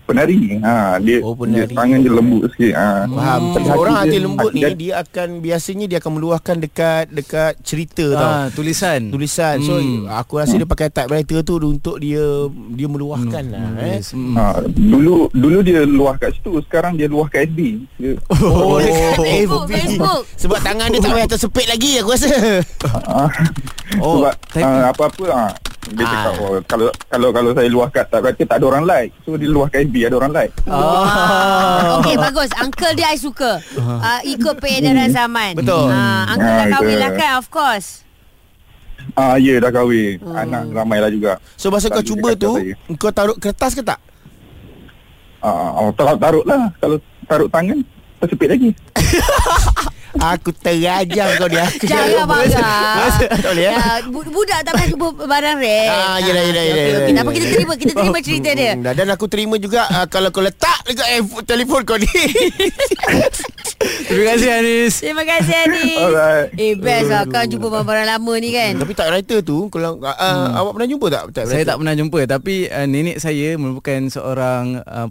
Speaker 6: penari. Ha, dia,
Speaker 5: Oh, penari.
Speaker 6: dia
Speaker 5: Hmm.
Speaker 6: tangan dia lembut sikit. Ha.
Speaker 5: Faham
Speaker 6: Tapi
Speaker 5: Ah, Orang hati
Speaker 6: dia-
Speaker 5: lembut ni
Speaker 6: dia-
Speaker 5: Dia akan Biasanya dia akan meluahkan Dekat Dekat cerita tau
Speaker 2: Ah, tulisan.
Speaker 5: Tulisan So
Speaker 2: Hmm.
Speaker 5: aku rasa dia pakai typewriter tu Untuk dia Dia meluahkan lah eh.
Speaker 2: Yes. Hmm.
Speaker 6: Ha, dulu dulu dia luah kat situ, sekarang dia luah kat FB. Dia,
Speaker 5: Oh,
Speaker 4: Facebook, Facebook.
Speaker 5: Sebab tangan dia tak payah tersepit lagi Aku rasa
Speaker 6: Ah,
Speaker 2: Oh,
Speaker 6: sebab
Speaker 2: type-
Speaker 6: ah, apa-apa ah, dia
Speaker 5: Ah.
Speaker 6: cakap oh, kalau kalau kalau saya luahkan tak berarti tak ada orang like. So dia luahkan FB ada orang like.
Speaker 4: Ah, Okey bagus Uncle dia I suka uh, Ikut peredaran zaman
Speaker 5: Ah. Betul.
Speaker 4: Ah, Uncle dah
Speaker 6: Ah,
Speaker 4: kahwin
Speaker 6: betul.
Speaker 4: lah kan Of course
Speaker 6: Ah ya dah kahwin.
Speaker 4: Ah.
Speaker 6: Anak ramailah juga.
Speaker 5: So masa kau
Speaker 6: Tak boleh
Speaker 5: cuba
Speaker 6: cakap
Speaker 5: tu
Speaker 6: saya.
Speaker 5: Kau taruh kertas ke tak?
Speaker 6: Ah oh, taruh taruhlah kalau taruh tangan tersepit lagi.
Speaker 5: Aku terajam kau dia Aku
Speaker 4: Jangan marah
Speaker 5: Tak boleh eh?
Speaker 4: Ya, bu- budak tak pernah cuba barang rare.
Speaker 5: Ah, yelah, yelah,
Speaker 4: okey,
Speaker 5: yelah,
Speaker 4: okey,
Speaker 5: yelah,
Speaker 4: okey. Tak apa
Speaker 5: yelah.
Speaker 4: kita terima, kita terima cerita dia.
Speaker 5: Hmm, Dan aku terima juga uh, Kalau kau letak dekat eh, telefon kau ni
Speaker 2: Terima kasih Anis.
Speaker 4: Terima kasih Anis.
Speaker 6: Alright.
Speaker 4: Eh best lah kan jumpa barang-barang lama ni kan.
Speaker 5: Tapi typewriter tu kalau uh, Awak pernah jumpa tak?
Speaker 2: Hmm. Saya
Speaker 5: typewriter?
Speaker 2: tak pernah jumpa tapi uh, nenek saya merupakan seorang uh,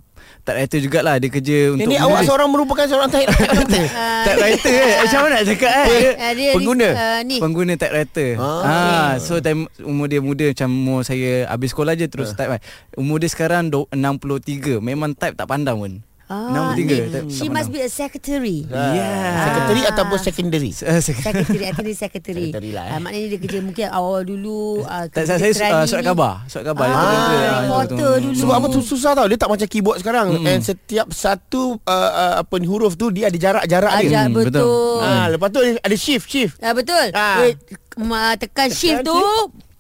Speaker 2: typewriter jugalah dia kerja untuk
Speaker 5: Ini awak
Speaker 2: menulis.
Speaker 5: seorang merupakan seorang typewriter
Speaker 2: typewriter eh. Macam mana nak cakap eh? Dia
Speaker 4: Ah, dia ni,
Speaker 5: Pengguna?
Speaker 4: ah, ni.
Speaker 2: pengguna typewriter. Ah, ah so time umur dia muda macam umur saya habis sekolah je terus type. kan. Umur dia sekarang do- 63. Memang type tak pandang pun. Nombor tiga,
Speaker 4: eh,
Speaker 2: tak-
Speaker 4: She
Speaker 2: tak pandang.
Speaker 4: must be a secretary
Speaker 5: Ah.
Speaker 4: Ah.
Speaker 2: Yeah.
Speaker 5: Secretary ataupun secondary
Speaker 2: Se- se-
Speaker 4: Secretary Actually secretary
Speaker 5: Secretary lah, eh.
Speaker 4: Ah, Maknanya dia kerja Mungkin awal dulu ah,
Speaker 2: Tak
Speaker 4: kerja
Speaker 2: saya, saya
Speaker 4: kerani.
Speaker 2: uh, surat khabar Surat khabar dia
Speaker 4: Ah,
Speaker 2: betul- betul- betul-
Speaker 4: reporter
Speaker 2: betul-
Speaker 4: dulu.
Speaker 5: Sebab apa tu susah tau Dia tak macam keyboard sekarang And setiap satu uh, uh, apa ni, Huruf tu Dia ada jarak-jarak dia
Speaker 4: Ajak
Speaker 2: Hmm, betul.
Speaker 4: Ah, betul
Speaker 5: ha, Lepas tu ada- ada shift Shift
Speaker 4: Ah betul. Ah.
Speaker 5: Ah.
Speaker 4: Eh, ma- tekan shift tu.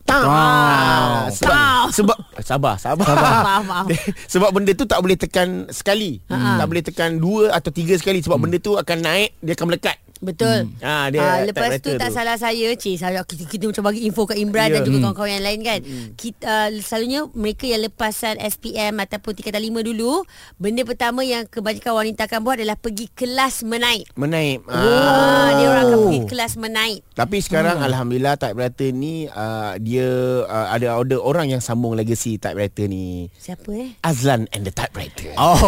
Speaker 5: Tang.
Speaker 2: Tang.
Speaker 5: Ah, sebab, sebab sabar, sabar.
Speaker 4: Maaf, maaf.
Speaker 5: sebab benda tu tak boleh tekan sekali. Hmm, Tak boleh tekan dua atau tiga sekali sebab
Speaker 4: Hmm.
Speaker 5: benda tu akan naik, dia akan melekat.
Speaker 4: Betul. Hmm.
Speaker 5: Ah, dia
Speaker 4: lepas tu
Speaker 5: typewriter
Speaker 4: tak
Speaker 5: tu.
Speaker 4: salah saya Cik saya, kita, kita macam bagi info kat Imran yeah. Dan
Speaker 5: Ya. Hmm.
Speaker 4: juga kawan-kawan yang lain kan kita, uh, Selalunya mereka yang lepasan SPM Ataupun tingkatan lima dulu Benda pertama yang kebanyakan wanita akan buat Adalah pergi kelas menaik
Speaker 5: Menaip.
Speaker 4: oh. ah, Dia orang akan
Speaker 5: Oh.
Speaker 4: pergi kelas menaik
Speaker 5: Tapi sekarang hmm. alhamdulillah typewriter ni uh, dia uh, ada order orang yang sambung legacy typewriter ni.
Speaker 4: Siapa eh?
Speaker 5: Azlan and the typewriter.
Speaker 2: Oh,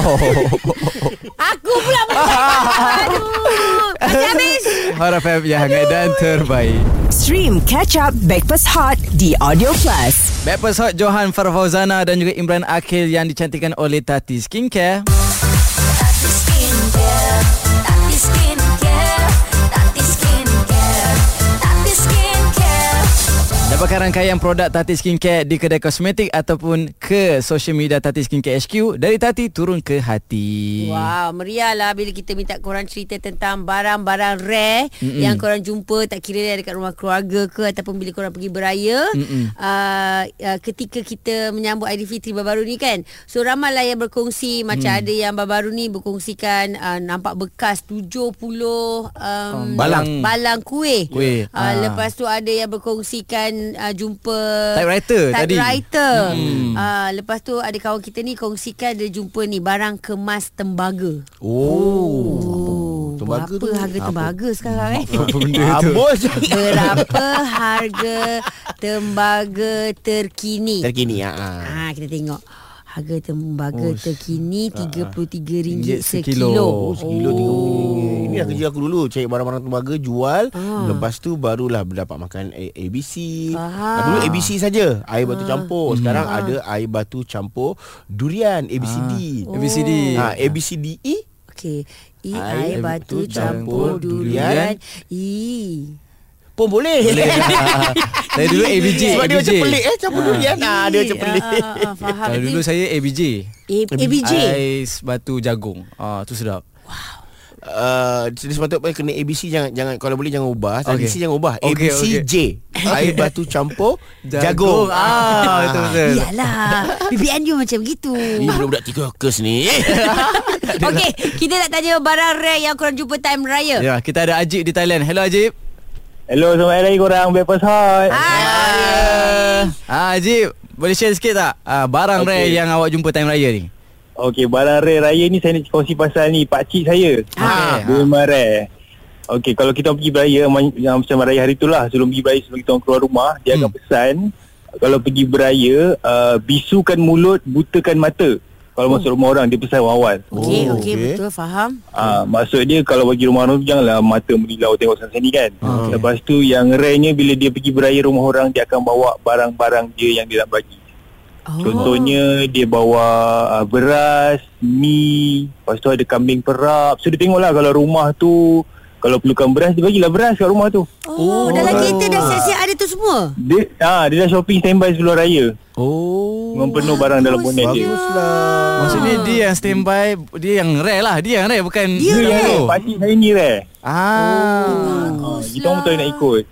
Speaker 4: Aku pula Aduh Macam habis
Speaker 2: Harap FM yang hangat dan terbaik.
Speaker 1: Stream Catch Up Backpass Hot di Audio Plus.
Speaker 2: Backpast Hot Johan Farfauzana dan juga Imran Akhil yang dicantikkan oleh Tati Skincare.
Speaker 3: Tati skincare, Tati skincare, Tati skincare, Tati skincare.
Speaker 2: Dapatkan rangkaian produk Tati Skincare di kedai kosmetik ataupun ke social media Tati Skincare HQ dari Tati turun ke hati.
Speaker 4: Wow, meriah lah bila kita minta korang cerita tentang barang-barang rare Mm-mm. yang korang jumpa tak kira dia dekat rumah keluarga ke ataupun bila korang pergi beraya. Uh, uh, ketika kita menyambut Aidilfitri baru-baru ni kan. So ramailah yang berkongsi macam
Speaker 2: Mm.
Speaker 4: ada yang baru-baru ni berkongsikan uh, nampak bekas 70 um,
Speaker 2: balang.
Speaker 4: balang kuih.
Speaker 2: Kuih,
Speaker 4: Uh,
Speaker 2: ah.
Speaker 4: lepas tu ada yang berkongsikan uh, jumpa
Speaker 2: Typewriter tadi.
Speaker 4: Typewriter. Hmm. Uh, lepas tu ada kawan kita ni kongsikan dia jumpa ni barang kemas tembaga.
Speaker 5: Oh.
Speaker 4: Berapa harga tembaga sekarang eh?
Speaker 2: Apa benda tu?
Speaker 5: Habis.
Speaker 4: Berapa harga tembaga terkini?
Speaker 5: Terkini ya. Ha.
Speaker 4: Ha kita tengok. Harga tembaga oh, terkini RM33
Speaker 2: Ringgit
Speaker 4: sekilo.
Speaker 2: sekilo.
Speaker 5: Oh, sekilo RM30. Ini dah kerja aku dulu Cari barang-barang tembaga Jual ah. Lepas tu barulah Dapat makan A- ABC
Speaker 4: Ah.
Speaker 5: ah. Dulu ABC saja Air batu campur Sekarang ada air batu campur Durian ABCD ah.
Speaker 2: ABCD.
Speaker 5: Ha, ABCDE
Speaker 4: Okey. I
Speaker 5: Air
Speaker 4: air batu
Speaker 5: batu
Speaker 4: campur
Speaker 5: campur
Speaker 4: durian.
Speaker 5: durian.
Speaker 4: I.
Speaker 5: pun boleh,
Speaker 2: Saya dulu ABJ.
Speaker 5: Sebab dia
Speaker 2: ABJ.
Speaker 5: macam pelik eh Campur durian ah, Dia macam pelik
Speaker 4: Ah, ah, ah, faham.
Speaker 2: Kalau dulu saya ABJ.
Speaker 4: A- ABJ.
Speaker 2: Ais batu jagung. Ah tu sedap.
Speaker 5: uh, Jadi sepatutnya kena ABC jangan jangan Kalau boleh jangan ubah
Speaker 2: Okey.
Speaker 5: ABC jangan ubah
Speaker 2: Okey, okey.
Speaker 5: ABCJ Air batu campur
Speaker 2: Jagung.
Speaker 5: Jagung,
Speaker 2: Ah, betul betul.
Speaker 4: Yalah BBN you macam gitu
Speaker 5: Ni budak-budak tiga kes ni
Speaker 4: Okey Kita nak tanya barang rare Yang korang jumpa time raya
Speaker 2: Ya, kita ada Ajib di Thailand. Hello Ajib.
Speaker 6: Hello, selamat hari raya korang. Breakfast hot.
Speaker 2: Ah, ah Ajib, boleh share sikit tak? Ah, barang okay.
Speaker 6: Okey.
Speaker 2: rare yang awak jumpa time raya ni.
Speaker 6: Okey, barang rare raya ni saya nak kongsi pasal ni pakcik saya.
Speaker 2: Ah.
Speaker 6: Dia memang rare. Okey, kalau kita pergi beraya man- yang macam raya hari tu lah sebelum pergi beraya sebelum kita orang keluar rumah, dia hmm. akan pesan kalau pergi beraya, uh, bisukan mulut, butakan mata. Kalau masuk rumah orang dia pesan awal-awal.
Speaker 4: Okey
Speaker 5: Oh,
Speaker 4: okey
Speaker 5: okey.
Speaker 4: betul faham
Speaker 6: Ah, maksud dia kalau bagi rumah orang tu janganlah mata merilau tengok sana sini kan.
Speaker 2: Ah, okey.
Speaker 6: Lepas tu yang rare-nya bila dia pergi beraya rumah orang dia akan bawa barang-barang dia yang dia nak bagi.
Speaker 4: oh.
Speaker 6: Contohnya dia bawa uh, beras, mi, lepas tu ada kambing perap. So dia tengoklah kalau rumah tu kalau perlukan beras dia bagilah beras kat rumah tu.
Speaker 4: Oh, dalam kereta dah siap-siap ada tu semua
Speaker 6: Dia ah dia dah shopping standby sebelum raya.
Speaker 2: Oh.
Speaker 6: Dengan penuh barang dalam bonet dia.
Speaker 2: Maksudnya dia yang standby, dia yang rare lah. Dia yang rare bukan
Speaker 4: Dia
Speaker 6: Ya,
Speaker 2: Bukan
Speaker 4: rare.
Speaker 2: tu.
Speaker 6: Pakcik saya ni rare.
Speaker 2: Ah.
Speaker 6: Ah, kita orang betul nak ikut.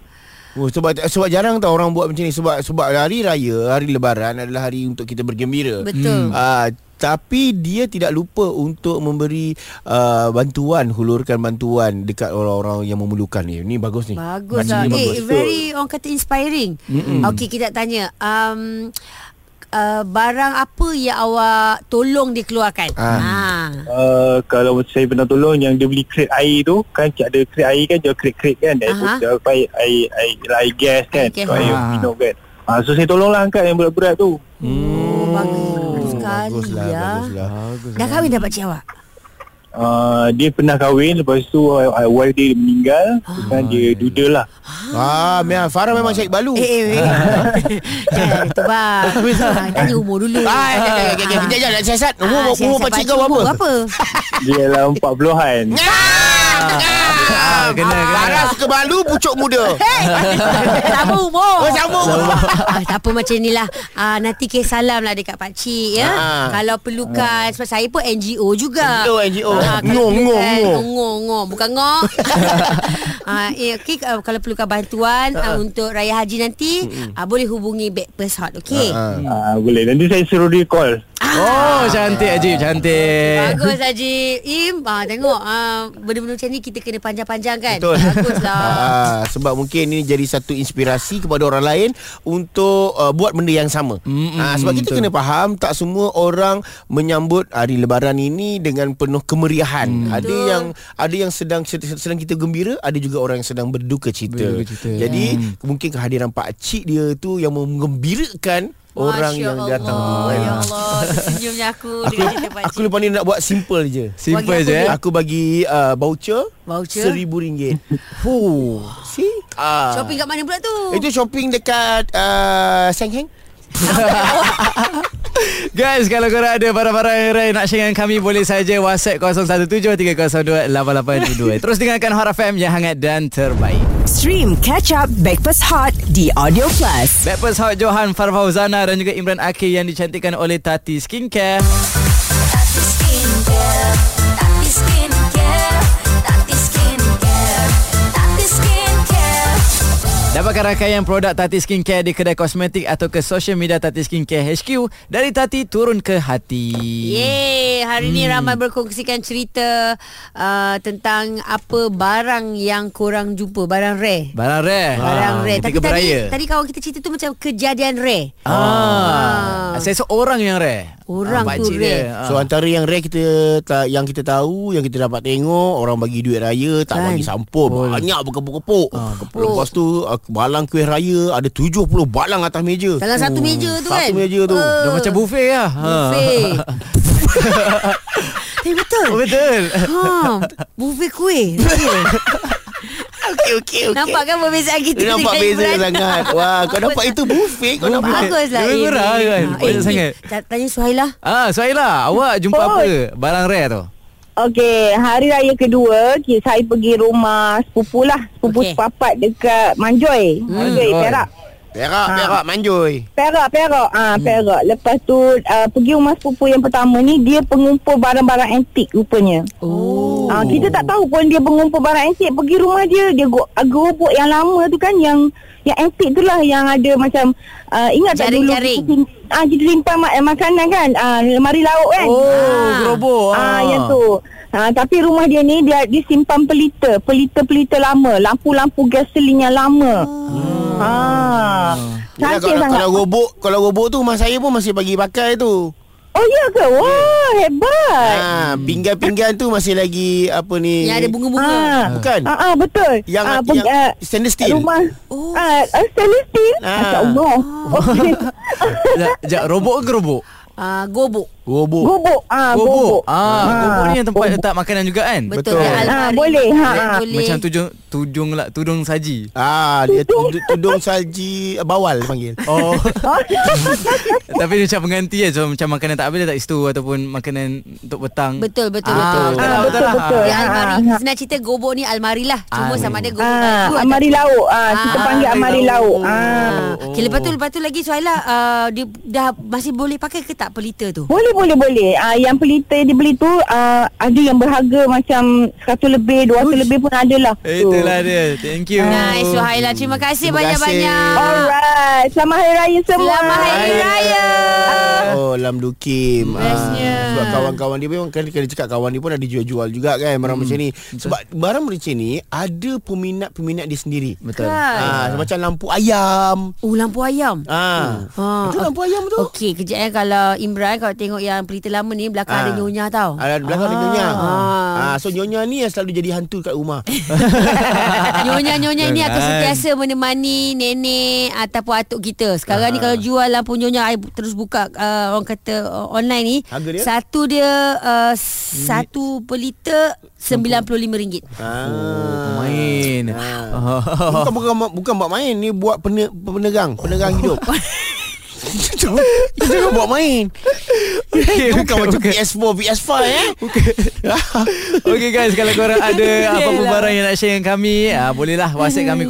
Speaker 5: Oh, sebab sebab jarang tau orang buat macam ni sebab sebab hari raya, hari lebaran adalah hari untuk kita bergembira.
Speaker 4: Betul
Speaker 5: Ah, tapi dia tidak lupa untuk memberi uh, bantuan, hulurkan bantuan dekat orang-orang yang memerlukan ni. Ni bagus ni.
Speaker 4: Bagus
Speaker 5: Macam
Speaker 4: lah
Speaker 5: ni
Speaker 4: Eh
Speaker 5: bagus.
Speaker 4: very orang kata inspiring Okey kita nak tanya um, uh, Barang apa yang awak tolong dia keluarkan
Speaker 5: Ah.
Speaker 4: ah.
Speaker 6: Uh, kalau saya pernah tolong yang dia beli kret air tu kan ada kret air kan jual kret-kret kan dia
Speaker 4: Aha.
Speaker 6: jual air air air, air gas kan
Speaker 4: Air gas.
Speaker 6: air
Speaker 2: Ah.
Speaker 6: minum kan Ah, so saya tolonglah angkat yang berat-berat tu
Speaker 4: Oh bagus
Speaker 5: Bagus
Speaker 4: sekali
Speaker 5: lah,
Speaker 4: ya
Speaker 5: bagus lah.
Speaker 2: Bagus.
Speaker 4: Dah kahwin dah pakcik awak?
Speaker 6: uh, dia pernah kahwin lepas tu uh, uh, wife dia meninggal
Speaker 4: Ah.
Speaker 6: dan dia duda lah
Speaker 5: Ah, memang Farah memang Syed Balu.
Speaker 4: Eh, eh, eh. Jangan tu bang. Ah, Tanya umur dulu.
Speaker 5: lah. Ah, okay, okay, okay, okay. Kejap, kejap, nak siasat.
Speaker 4: Ah,
Speaker 5: Umur,
Speaker 4: siap-siap
Speaker 5: umur pakcik kau
Speaker 4: umur
Speaker 5: berapa?
Speaker 6: dia lah empat puluhan
Speaker 5: Ah,
Speaker 2: Ah, kena, kena.
Speaker 5: Farah suka balu, pucuk muda.
Speaker 4: Hey, sama umur.
Speaker 5: Oh, sama umur.
Speaker 4: Ah, tak apa macam ni lah ah, Nanti kes salam lah dekat pakcik ya.
Speaker 5: Ah.
Speaker 4: Kalau perlukan Sebab saya pun NGO juga Ah,
Speaker 5: NGO, NGO.
Speaker 4: kalau
Speaker 5: Ngong, ngong,
Speaker 4: perlukan-
Speaker 5: ngong.
Speaker 4: ngong, ngong. Bukan ngong ah, eh, okay, ah, Kalau perlukan bantuan ah, Untuk Raya Haji nanti ah, Boleh hubungi Backpast Hot Okay
Speaker 5: Ah.
Speaker 6: uh, boleh nanti saya suruh dia call
Speaker 2: Oh, cantik Ajib,
Speaker 5: Eh.
Speaker 2: cantik.
Speaker 4: Eh. Bagus Haji Im ah, Tengok ah, Benda-benda macam ni Kita kena panjang-panjang kan
Speaker 5: Betul.
Speaker 4: Bagus lah
Speaker 5: Ah, sebab mungkin ini jadi satu inspirasi kepada orang lain untuk uh, buat benda yang sama.
Speaker 2: Mm, mm,
Speaker 5: Ah, sebab kita
Speaker 2: betul.
Speaker 5: kena faham tak semua orang menyambut hari lebaran ini dengan penuh kemeriahan. Ada
Speaker 4: Betul.
Speaker 5: yang ada yang sedang sedang kita gembira, ada juga orang yang sedang berduka cita.
Speaker 2: Berduka cita.
Speaker 5: Jadi mungkin kehadiran pak cik dia tu yang menggembirakan orang
Speaker 4: Masya
Speaker 5: yang datang.
Speaker 4: Allah,
Speaker 5: Ah.
Speaker 4: Ya Allah Senyumnya aku
Speaker 5: Aku
Speaker 4: Dengan cerita pakcik
Speaker 5: aku lepas ni nak buat simple je.
Speaker 2: Simple
Speaker 4: Bagi
Speaker 2: je eh.
Speaker 5: Aku bagi uh, voucher,
Speaker 4: Voucher?
Speaker 5: seribu ringgit. Fuh. See? Ah.
Speaker 4: Shopping kat mana pula tu?
Speaker 5: Itu shopping dekat uh, Sengheng.
Speaker 2: Guys, kalau korang ada barang-barang yang rare nak share dengan kami boleh saja WhatsApp 0173028822. Terus dengarkan Hot FM yang hangat dan terbaik.
Speaker 1: Stream Catch Up Backpass Hot di Audio Plus.
Speaker 2: Backpast Hot Johan Farah Fauzana dan juga Imran Akhil yang dicantikkan oleh Tati Skincare.
Speaker 3: Tati Skincare, Tati Skincare, Tati Skincare, Tati Skincare.
Speaker 2: Dapatkan rangkaian produk Tati Skincare di kedai kosmetik atau ke social media Tati Skincare HQ dari Tati turun ke hati.
Speaker 4: Yeay, hari ni ramai berkongsikan cerita uh, tentang apa barang yang korang jumpa, barang rare.
Speaker 2: Barang rare.
Speaker 4: Barang
Speaker 2: Ah,
Speaker 4: rare.
Speaker 2: Ketika
Speaker 4: Tapi tadi,
Speaker 2: beraya.
Speaker 4: tadi kawan kita cerita tu macam kejadian rare.
Speaker 2: Ah. Saya seorang yang rare.
Speaker 4: Orang tu
Speaker 2: pakcik
Speaker 4: rare.
Speaker 2: dia. Ah.
Speaker 5: So antara yang rare kita ta- yang kita tahu, yang kita dapat tengok, orang bagi duit raya,
Speaker 4: Kan?
Speaker 5: tak
Speaker 4: Ah,
Speaker 5: bagi sampul, banyak berkepuk-kepuk. Lepas tu uh, balang kuih raya ada 70 balang atas meja. Hmm,
Speaker 4: Dalam satu meja tu
Speaker 5: Satu
Speaker 4: kan?
Speaker 5: meja tu.
Speaker 2: Dah macam buffet lah. Ha.
Speaker 4: Buffet. Tapi betul.
Speaker 2: Oh, betul.
Speaker 4: Ha, buffet kuih.
Speaker 5: Okey okey
Speaker 4: Nampak kan perbezaan kita
Speaker 5: Dia nampak
Speaker 4: dengan
Speaker 5: beza
Speaker 4: Imran?
Speaker 5: sangat. Wah, kau dapat itu buffet kau dapat.
Speaker 4: Bagus lah
Speaker 2: Lebih
Speaker 4: Im.
Speaker 2: murah kan?
Speaker 4: Ha,
Speaker 2: Banyak
Speaker 4: Im,
Speaker 2: sangat.
Speaker 4: ta- Tanya Suhaila
Speaker 2: Ah, Suhaila, awak jumpa
Speaker 7: Oh.
Speaker 2: apa? Barang rare tu.
Speaker 7: Okey, hari raya kedua ki- saya pergi rumah sepupu lah, sepupu
Speaker 4: Okey.
Speaker 7: okay. sepapat dekat Manjoy. Manjoy
Speaker 2: Manjoy.
Speaker 7: Perak.
Speaker 5: Perak, perak manjoi.
Speaker 7: Perak, Perak. Ah, Perak. Lepas tu uh, pergi rumah sepupu yang pertama ni dia pengumpul barang-barang antik rupanya.
Speaker 4: Oh
Speaker 7: Ah, kita tak tahu pun dia pengumpul barang antik pergi rumah dia dia go- gerobok yang lama tu kan yang yang antik tu lah yang ada macam uh, ingat tak dulu
Speaker 4: Jaring-jaring.
Speaker 7: kita sim- ah kita simpan ma- eh, makanan kan ah lemari lauk kan
Speaker 2: Oh, gerobok.
Speaker 7: Ah, yang tu. Ah, tapi rumah dia ni dia dia simpan pelita, pelita-pelita lama, lampu-lampu gasolin yang lama. Hmm. Ha.
Speaker 6: Ah.
Speaker 5: Yalah, kalau,
Speaker 7: Cantik sangat.
Speaker 5: kalau robok kalau robok tu rumah saya pun masih bagi pakai tu.
Speaker 7: Oh ya ke? Wah, hebat.
Speaker 5: Ha, pinggan-pinggan tu masih lagi apa ni?
Speaker 4: Yang ada bunga-bunga
Speaker 7: Ah,
Speaker 5: Bukan.
Speaker 7: Ah, ah betul.
Speaker 5: Yang,
Speaker 7: ah,
Speaker 5: yang
Speaker 7: peng- ah,
Speaker 5: stainless steel.
Speaker 7: Rumah
Speaker 4: Oh.
Speaker 7: oh. ah, ah, stainless steel.
Speaker 5: Ah.
Speaker 7: Masya-Allah. Okey.
Speaker 2: Sekejap, sekejap, robok ke gerobok?
Speaker 4: Ah, Gobok
Speaker 2: Gerobok.
Speaker 7: Gobok. Ah, gobok.
Speaker 2: Ah, gerobok ni yang tempat
Speaker 7: gobok.
Speaker 2: letak makanan juga kan?
Speaker 4: Betul,
Speaker 5: Betul.
Speaker 4: Yang
Speaker 5: Ah,
Speaker 4: almari.
Speaker 7: boleh, ha, ha.
Speaker 4: Boleh
Speaker 2: Macam tujung tujung lah, tudung saji.
Speaker 5: Ah, dia tudung, tudung salji eh, bawal dia panggil.
Speaker 2: Oh. Tapi dia macam pengganti kan. So, macam makanan tak habis dia tak situ ataupun makanan untuk petang.
Speaker 4: Betul, betul,
Speaker 2: Ah,
Speaker 4: betul.
Speaker 2: tak
Speaker 7: Ah,
Speaker 2: tahu, tak
Speaker 7: betul,
Speaker 2: tahu.
Speaker 7: betul.
Speaker 4: Yang
Speaker 7: Ah,
Speaker 4: almari
Speaker 7: ah, ah.
Speaker 4: Senang cerita gobok ni almari lah Cuma
Speaker 2: Ah,
Speaker 4: sama ada gobok
Speaker 7: Ah,
Speaker 4: baru
Speaker 7: amari lauk. Ah, kita
Speaker 4: Ah,
Speaker 7: panggil amari lauk. Ah.
Speaker 4: Ah. Okay, lepas tu lepas tu lagi Suhaila uh, dia dah masih boleh pakai ke tak pelita tu?
Speaker 7: Boleh boleh boleh. Ah yang pelita yang dibeli tu ah, ada yang berharga macam 100 lebih, 200 lebih pun ada lah.
Speaker 2: Eh, Itulah dia. Thank you.
Speaker 4: Nice Suhaila terima kasih
Speaker 5: Terima kasih.
Speaker 4: banyak-banyak.
Speaker 7: Alright, selamat hari raya semua.
Speaker 4: Selamat Hari Raya.
Speaker 5: Oh, Lam Dukim.
Speaker 4: Bestnya.
Speaker 5: Ah, sebab kawan-kawan dia memang kan kena cakap kawan dia pun ada jual-jual juga kan barang macam ni. Sebab barang macam ni ada peminat-peminat dia sendiri.
Speaker 2: Betul.
Speaker 5: Ah, macam lampu ayam.
Speaker 4: Oh lampu ayam.
Speaker 5: Ah.
Speaker 4: Ha.
Speaker 5: Itu lampu ayam tu.
Speaker 4: Okey, kejap eh kalau Imran kalau tengok yang pelita lama ni belakang ada
Speaker 5: Ah.
Speaker 4: nyonya tau.
Speaker 5: Ada belakang ada nyonya.
Speaker 4: Ah.
Speaker 5: Ah, so nyonya ni yang selalu jadi hantu kat rumah.
Speaker 4: Nyonya-nyonya ini akan
Speaker 2: Kan.
Speaker 4: sentiasa menemani nenek ataupun atuk kita. Sekarang ni kalau jual lampu nyonya I terus buka uh, orang kata uh, online ni,
Speaker 5: Harga dia?
Speaker 4: satu dia uh, satu per liter RM95.
Speaker 5: Ah.
Speaker 2: Main. Ah.
Speaker 5: Bukan bukan bukan buat main ni buat pene, penegang, penegang hidup. Kita jangan buat main
Speaker 2: Okey,
Speaker 5: Itu bukan macam
Speaker 2: bukan.
Speaker 5: PS4, PS5 eh
Speaker 2: Okay guys Kalau korang ada Apa-apa
Speaker 4: Yelah. Hmm.
Speaker 2: barang yang nak share dengan kami uh, Bolehlah WhatsApp kami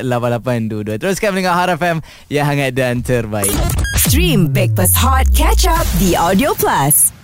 Speaker 2: 0173028822 Teruskan mendengar Hot FM Yang hangat dan terbaik
Speaker 1: Stream Breakfast Hot Catch Up The Audio Plus.